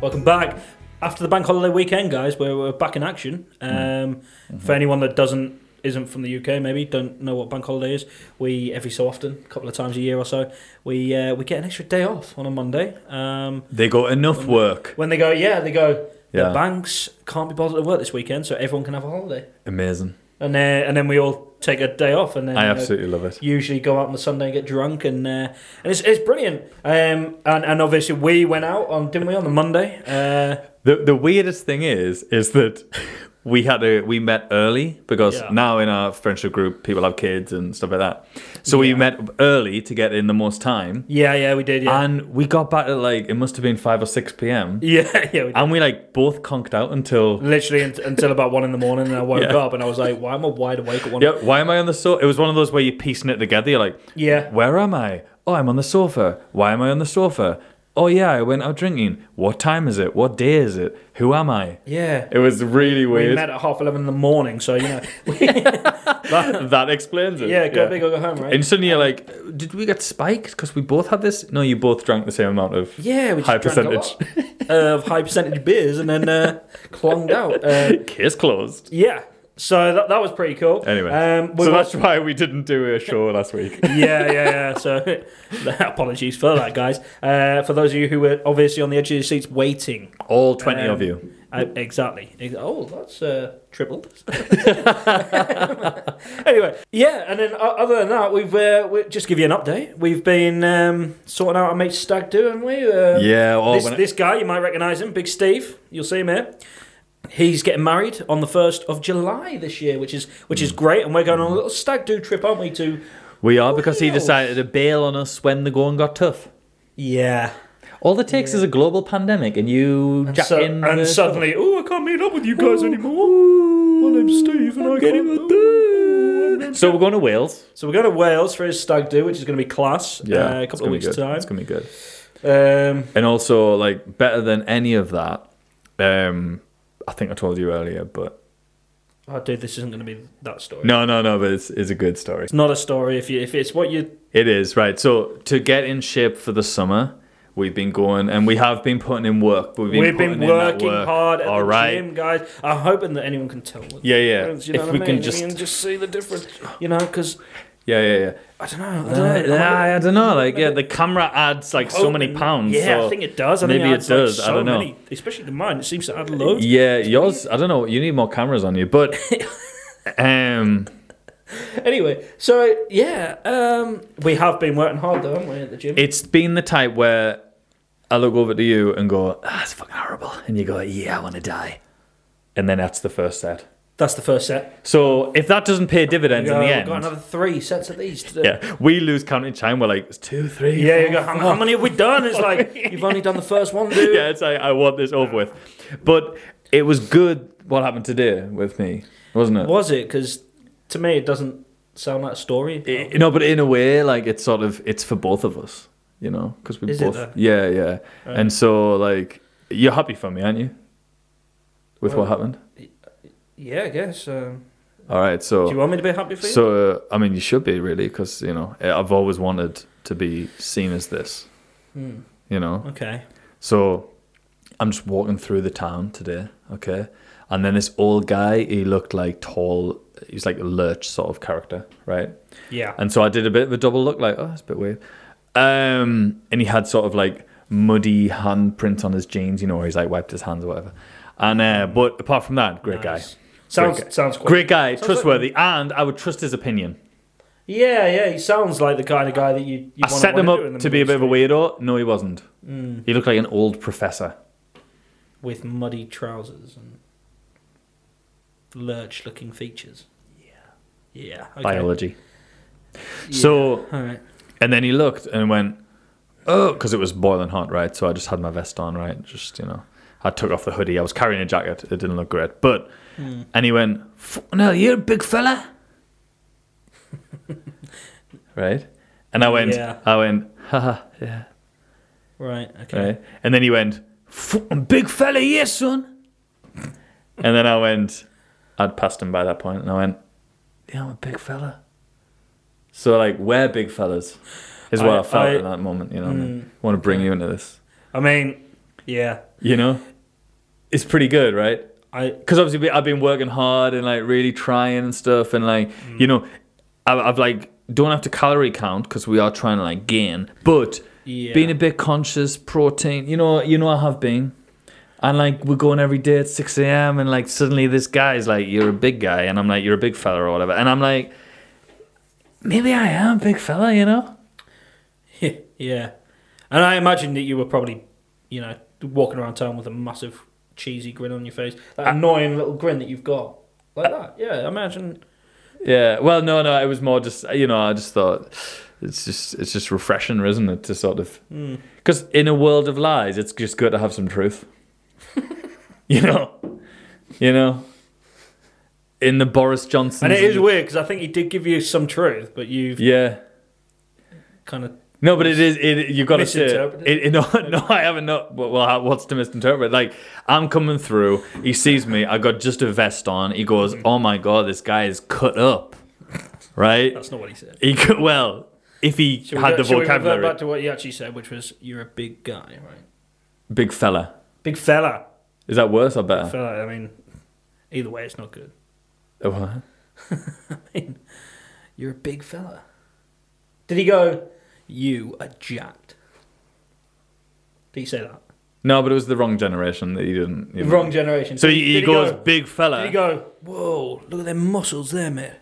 Welcome back. After the bank holiday weekend, guys, we're, we're back in action. Um, Mm. Mm-hmm. For anyone that doesn't isn't from the UK, maybe don't know what bank holiday is, we every so often, a couple of times a year or so, we uh, we get an extra day off on a Monday. Um, They got enough work. when they go, yeah, they go. Yeah. The banks can't be bothered to work this weekend, so everyone can have a holiday, Amazing. and uh, and then we all take a day off, and then I uh, absolutely love it. usually go out on the Sunday and get drunk, and uh, and it's, it's brilliant. Um, and, and obviously we went out on didn't we on the Monday? Uh, The the weirdest thing is is that we had a we met early because Yeah. now in our friendship group people have kids and stuff like that. So we Yeah. met early to get in the most time. yeah, yeah, we did. Yeah, And we got back at like it must have been five or six PM. yeah, yeah. We did. And we like both conked out until Literally un- until about one in the morning, and I woke Yeah. up and I was like, "Why am I wide awake at one?" Yeah, why am I on the sofa? It was one of those where you're piecing it together, you're like, Yeah, Where am I? Oh I'm on the sofa. Why am I on the sofa? Oh yeah, I went out drinking. What time is it? What day is it? Who am I? yeah. It was really We weird. met at half eleven in the morning, so you know. But- that explains it. yeah, go big or go home, right? And suddenly you're like, did we get spiked? Because we both had this? No, you both drank the same amount of. yeah, we just High drank a lot uh, of high percentage beers, and then uh, clonged out. Uh, Case closed. yeah, so that, that was pretty cool. Anyway. um, we so were- that's why we didn't do a show last week. yeah, yeah, yeah. So apologies for that, guys. Uh, for those of you who were obviously on the edge of your seats waiting. All 20 Um, of you. Uh, exactly. Ex- Oh, that's uh, tripled. anyway, yeah, and then o- other than that, we've uh, we just give you an update. We've been um, sorting out our mate Stag Do, haven't we? Uh, Yeah, well, this, when I- this guy, you might recognise him, Big Steve. You'll see him here. He's getting married on the first of July this year, which is which Hmm. is great, and we're going on a little stag do trip, aren't we? To We are because he Wales. decided to bail on us when the going got tough. yeah, All it takes is a global pandemic and you And, jack so- in. and the- suddenly, oh, I can't meet up with you guys anymore. My name's Steve, and I'm I getting can't- my third. So we're going to Wales. So we're going to Wales for his stag do, which is going to be class. uh, a couple it's of gonna be weeks good. time. It's going to be good. Um, And also, like, better than any of that, um, I think I told you earlier, but oh, dude, this isn't going to be that story. No, no, no, but it's, it's a good story. It's not a story if you if it's what you. It is, right. So, to get in shape for the summer, we've been going and we have been putting in work. But we've been, We've been putting in that working work. hard at All the right. gym, guys. I'm hoping that anyone can tell. what Yeah, the yeah. difference, you know If what we I can mean? just- you can just see the difference, you know, because Yeah, yeah, yeah. I don't know. I don't Uh, know. I'm a little- I, I don't know. Like, yeah, the camera adds like so many hoping- pounds. Yeah, so- I think it does. I maybe think it adds, like, does, I so don't know. Many, especially to mine, it seems to add loads. Yeah, yours. I don't know. You need more cameras on you, but um, Anyway, so yeah, um, we have been working hard though, haven't we, at the gym? it's been the type where I look over to you and go, "Ah, it's fucking horrible," and you go, "Yeah, I want to die," and then that's the first set. That's the first set. So if that doesn't pay dividends Yeah, in the we've end, got another three sets of these to do. yeah, we lose count in time. We're like it's two, three. Yeah, you four, go, how, five." how many have we done? It's like, you've only done the first one, dude. yeah. It's like I want this over with, but it was good. What happened today with me, wasn't it? Was it? Because to me, it doesn't sound like a story. I- no, but in a way, like it's sort of it's for both of us, you know, because we Is it both. though? yeah, yeah. Right. And so, like, you're happy for me, aren't you? With Well- what happened. yeah, I guess. Um, All right, so do you want me to be happy for you? so uh, I mean, you should be really, because you know, eh, I've always wanted to be seen as this, Hmm, you know. okay. So I'm just walking through the town today, okay? And then this old guy, he looked like tall, he's like a lurch sort of character, right? Yeah. And so I did a bit of a double look, like, oh, that's a bit weird. Um, and he had sort of like muddy handprints on his jeans, you know, where he's like wiped his hands or whatever. And uh, but apart from that, great Nice. guy, Sounds, Great guy. sounds quite. great guy, Sounds trustworthy, and I would trust his opinion. Yeah, yeah, he sounds like the kind of guy that you, you I set him up to be a bit of a weird. weirdo. No, he wasn't. Mm, He looked like an old professor. with muddy trousers and lurch looking features. Yeah. Yeah. Okay. Biology. Yeah. So All right. And then he looked and went, oh, because it was boiling hot, right? So I just had my vest on, right? Just, you know, I took off the hoodie. I was carrying a jacket. It didn't look great. But, Mm, and he went, "F- no, you're a big fella. right? And I went, Yeah. I went, haha, yeah. Right. Okay. Right? And then he went, "Fucking big fella, yes, son. and then I went, I'd passed him by that point, and I went, yeah, I'm a big fella. So like, we're big fellas, is what I- I, felt I- in that moment. You know, what I mean? Mm. I want to bring you into this. I mean, Yeah. You know, it's pretty good, right? I because obviously we- I've been working hard and like really trying and stuff, and like Hmm. you know, I've, I've like don't have to calorie count because we are trying to like gain, but Yeah. being a bit conscious, protein. You know, you know, I have been, and like we're going every day at six a.m. and like suddenly this guy's like, "You're a big guy," and I'm like, "You're a big fella" or whatever, and I'm like, maybe I am a big fella, you know. yeah. And I imagine that you were probably, you know, walking around town with a massive cheesy grin on your face, that annoying little grin that you've got, like that. Yeah, I imagine. Yeah. Well, no, no. It was more just you know. I just thought it's just it's just refreshing, isn't it, to sort of because in a world of lies, it's just good to have some truth. you know, you know. In the Boris Johnson. And it is weird because I think he did give you some truth, but you've Yeah. kind of No, but it is. It you got to say it. Misinterpreted. it- No, no, I haven't. No, well, well, how- what's to misinterpret? Like I'm coming through. He sees me. I got just a vest on. He goes, Mm-hmm. "Oh my god, this guy is cut up." Right. that's not what he said. He could, well, if he Should we had go- the should we revert vocabulary, back to what he actually said, which was you're a big guy, right? big fella. Big fella. Is that worse or better? Fella. I mean, either way, it's not good. Oh, what? You're a big fella. Did he go? You are jacked. Did he say that? No, but it was the wrong generation that he didn't. you know. Wrong generation. So Did he, he did goes, go- big fella. Did he go? Whoa! Look at them muscles there, mate.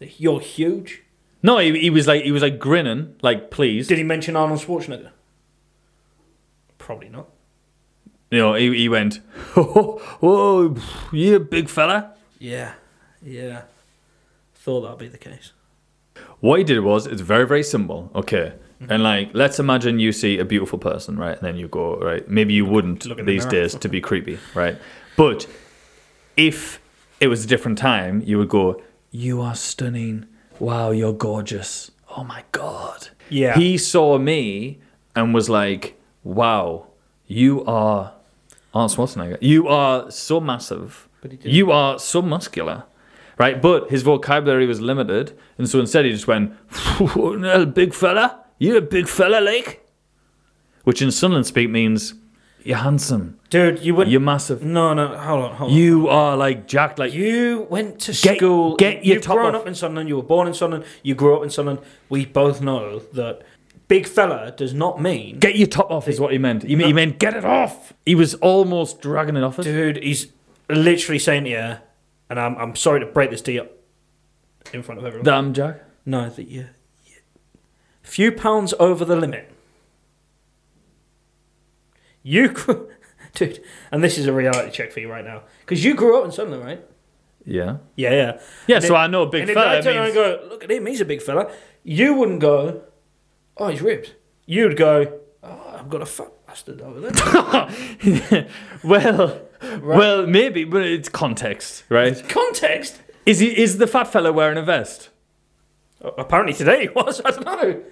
You're huge. no, he, he was like he was like grinning, like please. Did he mention Arnold Schwarzenegger? Probably not. you know, he, he went, whoa, you big fella. Yeah, yeah. Thought that'd be the case. What he did was it's very very simple. Okay. And like, let's imagine you see a beautiful person, right? And then you go, right? Maybe you wouldn't Look in the these mirror. days to be creepy, right? But if it was a different time, you would go, "You are stunning! Wow, you're gorgeous! Oh my god!" Yeah. He saw me and was like, "Wow, you are Arnold Schwarzenegger. You are so massive. But he didn't. You are so muscular." Right, but his vocabulary was limited, and so instead he just went, "Well, "Big fella, you're a big fella, like," which in Sunderland speak means, "You're handsome, Dude, you wouldn't. you're massive, no, no. Hold on, hold on. you are like jacked, like You went to Get- school. get your You've top grown off. up in Sunderland. You were born in Sunderland. You grew up in Sunderland. We both know that big fella does not mean. Get your top off is what he meant. He, he meant get it off. He was almost dragging it off us. Dude, he's literally saying to you, and I'm, I'm sorry to break this to you in front of everyone. Damn, Jack. no, that you. you- Few pounds over the limit. You. Grew, dude, and this is a reality check for you right now. Because you grew up in Sunderland, right? Yeah. Yeah, yeah. Yeah, And so it- I know a big and if fella. I turn around means- and go, look at him, he's a big fella. You wouldn't go, oh, he's ripped. You'd go, oh, I've got a fat bastard over there. well, well, maybe, but it's context, right? Context? Is he is the fat fella wearing a vest? Uh, Apparently today he was, I don't know.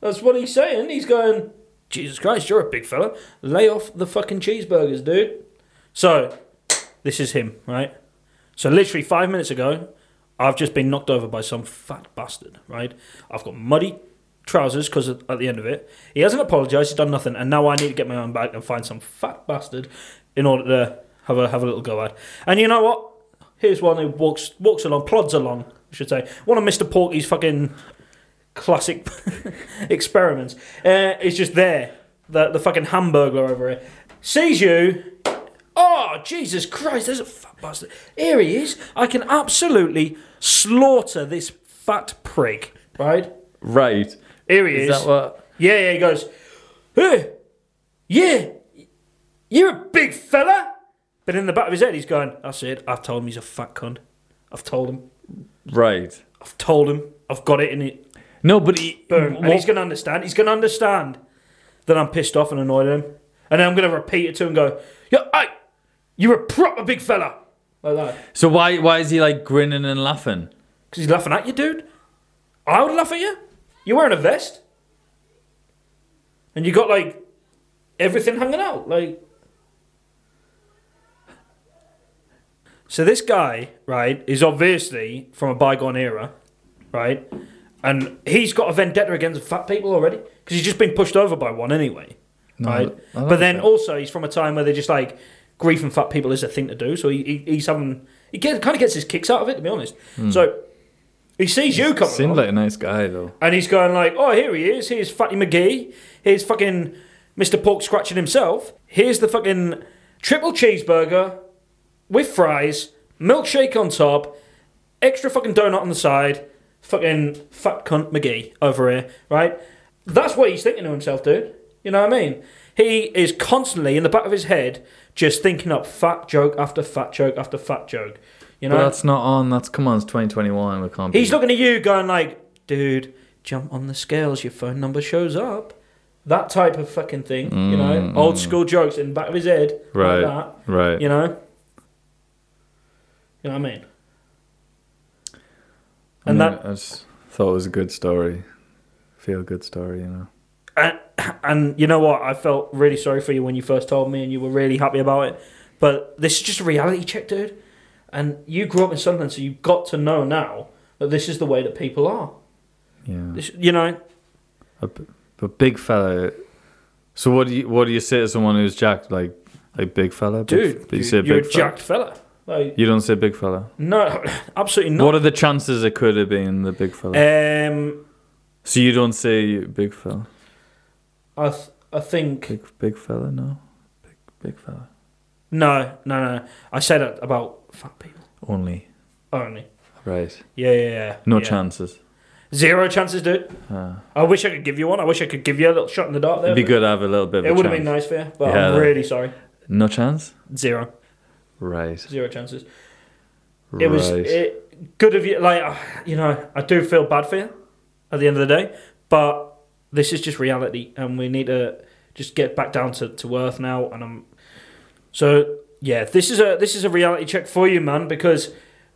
That's what he's saying. He's going, Jesus Christ, you're a big fella. Lay off the fucking cheeseburgers, dude. So, this is him, right? So, literally five minutes ago, I've just been knocked over by some fat bastard, right? I've got muddy trousers because at the end of it, he hasn't apologised, he's done nothing, and now I need to get my own back and find some fat bastard in order to have a have a little go at. And you know what? Here's one who walks walks along, plods along, I should say. One of Mr. Porky's fucking classic experiments. Uh, it's just there, the the fucking hamburger over here sees you. Oh Jesus Christ! There's a fat bastard. Here he is. I can absolutely slaughter this fat prig. Right Right. here. He is. Is that what? Yeah, yeah, he goes, hey, yeah, you're a big fella. But in the back of his head, he's going, that's it. I've told him he's a fat cunt. I've told him. Right. I've told him. I've got it in it. No, but he. Boom. what- And he's going to understand. He's going to understand that I'm pissed off and annoyed at him. And then I'm going to repeat it to him and go, yeah, I, you're a proper big fella. Like that. so why why is he like grinning and laughing? Because he's laughing at you, dude. I would laugh at you. You're wearing a vest. And you got like everything hanging out. Like. So this guy, right, is obviously from a bygone era, right? And he's got a vendetta against fat people already. Because he's just been pushed over by one anyway. No, right? I don't but then think- also he's from a time where they're just like griefing fat people is a thing to do. So he, he he's having he get, kind of gets his kicks out of it to be honest. Hmm. So he sees you coming, Seemed along, like a nice guy though. and he's going like, "Oh, here he is. Here's Fatty McGee. Here's fucking Mr. Pork scratching himself. Here's the fucking triple cheeseburger with fries, milkshake on top, extra fucking donut on the side. Fucking fat cunt McGee over here, right? That's what he's thinking to himself, dude. You know what I mean? He is constantly in the back of his head just thinking up fat joke after fat joke after fat joke. You know, but that's not on. That's come on. It's 2021. We can't. He's be, looking at you, going like, "Dude, jump on the scales. Your phone number shows up." That type of fucking thing, you know, old school jokes in the back of his head, right. Like Right. that, you know. You know what I mean? I and mean, that- I just thought it was a good story. Feel good story. You know. And, and you know what? I felt really sorry for you when you first told me, and you were really happy about it. But this is just a reality check, dude. And you grew up in Sunderland, so you've got to know now that this is the way that people are. Yeah. This, you know, A b- But big fella. So what do you what do you say to someone who's jacked like like big fella? Big f- dude, but you you, say you're a big fella. jacked fella. Like, You don't say big fella. No, absolutely What not. are the chances it could have been the big fella? Um, so you don't say you- big fella, I th- I think big big fella, no, big big fella no, no, no. I say that about fat people only. only. Right. Yeah, yeah, yeah. No yeah. chances. Zero chances, dude. Ah. I wish I could give you one. I wish I could give you a little shot in the dark. There, It'd be but good to have a little bit. Of It a would have chance. been nice for you, but Yeah, I'm though. really sorry. No chance. Zero, Right. zero chances. It right. was it, good of you. Like uh, you know, I do feel bad for you at the end of the day, but this is just reality, and we need to just get back down to, to earth now. And I'm So yeah, this is a this is a reality check for you, man, because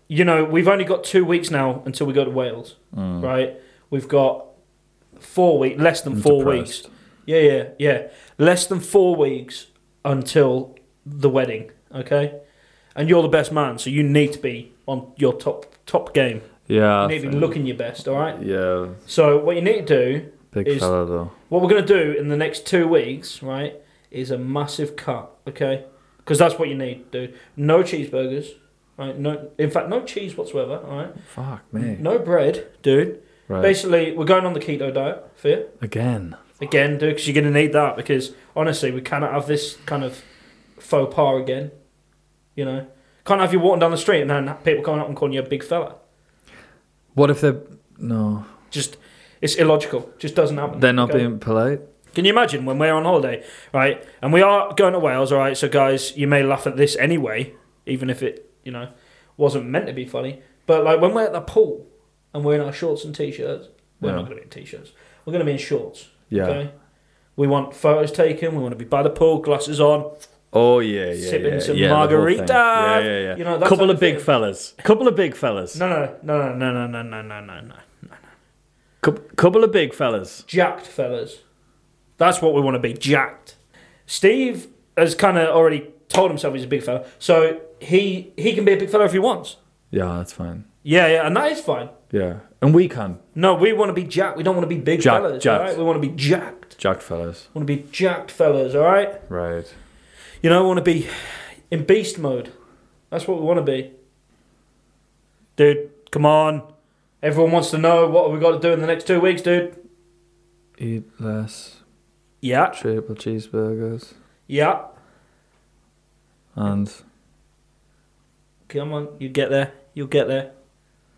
you know we've only got two weeks now until we go to Wales, Mm. right? We've got four week less than I'm four depressed. weeks. Yeah, yeah, yeah. Less than four weeks until the wedding. Okay, and you're the best man, so you need to be on your top top game. Yeah. You I need to be think- looking your best. All right. Yeah. So what you need to do Big Is- fella though. what we're going to do in the next two weeks, right, is a massive cut, okay? Because that's what you need, dude. No cheeseburgers, right? No, in fact, no cheese whatsoever, all right? Fuck me. No bread, dude. Hmm. right. Basically, we're going on the keto diet, fear Again. again, dude, because you're going to need that. Because honestly, we cannot have this kind of faux pas again. You know, can't have you walking down the street and then people coming up and calling you a big fella. What if they're no? Just, it's illogical. Just doesn't happen. They're not okay? being polite. Can you imagine when we're on holiday, right? And we are going to Wales, all right? So, guys, you may laugh at this anyway, even if it, you know, wasn't meant to be funny. But, like, when we're at the pool and we're in our shorts and t shirts, we're Yeah. not going to be in t shirts. We're going to be in shorts. Yeah. Okay? We want photos taken. We want to be by the pool, glasses on. Oh yeah, yeah, Sipping yeah, some yeah, the whole thing. margaritas. Yeah, yeah, yeah. You know, that couple type of big thing. fellas. Couple of big fellas. No, no, no, no, no, no, no, no, no, no. Cou- couple of big fellas. jacked fellas. That's what we want to be, jacked. Steve has kind of already told himself he's a big fella, so he he can be a big fella if he wants. yeah, that's fine. Yeah, yeah, and that is fine. Yeah, and we can No, we want to be jacked. We don't want to be big Jack- fellas. jacked. All right, we want to be jacked. jack fellas, want to be jacked fellas. All right, right? you know, want to be in beast mode. That's what we want to be. Dude, come on. Everyone wants to know what we got to do in the next two weeks, dude. Eat less Yeah, triple cheeseburgers yeah. and Come on, you get there. You'll get there.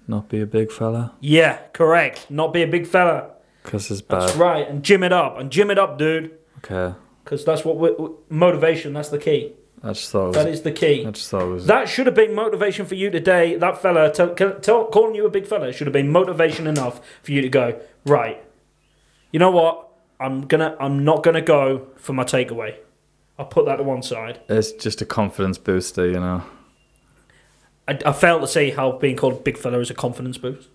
not be a big fella, Yeah, correct. Not be a big fella. cause it's bad. That's right. And gym it up. And gym it up, dude. Okay, Because that's what we we- motivation. That's the key. I just thought it was. That is the key. I just thought it was. That should have been motivation for you today. That fella tell, tell, calling you a big fella should have been motivation enough for you to go right. You know what? I'm gonna. I'm not gonna go for my takeaway. I'll put that to one side. it's just a confidence booster, you know. I, I fail to see how being called a big fella is a confidence boost.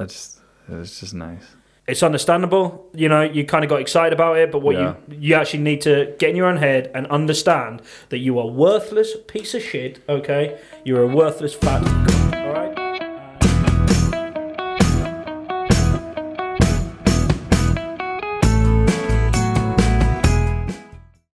I just, it's just nice. it's understandable. You know, you kind of got excited about it, but what Yeah. you you actually need to get in your own head and understand that you are worthless piece of shit. Okay, you're a worthless fat.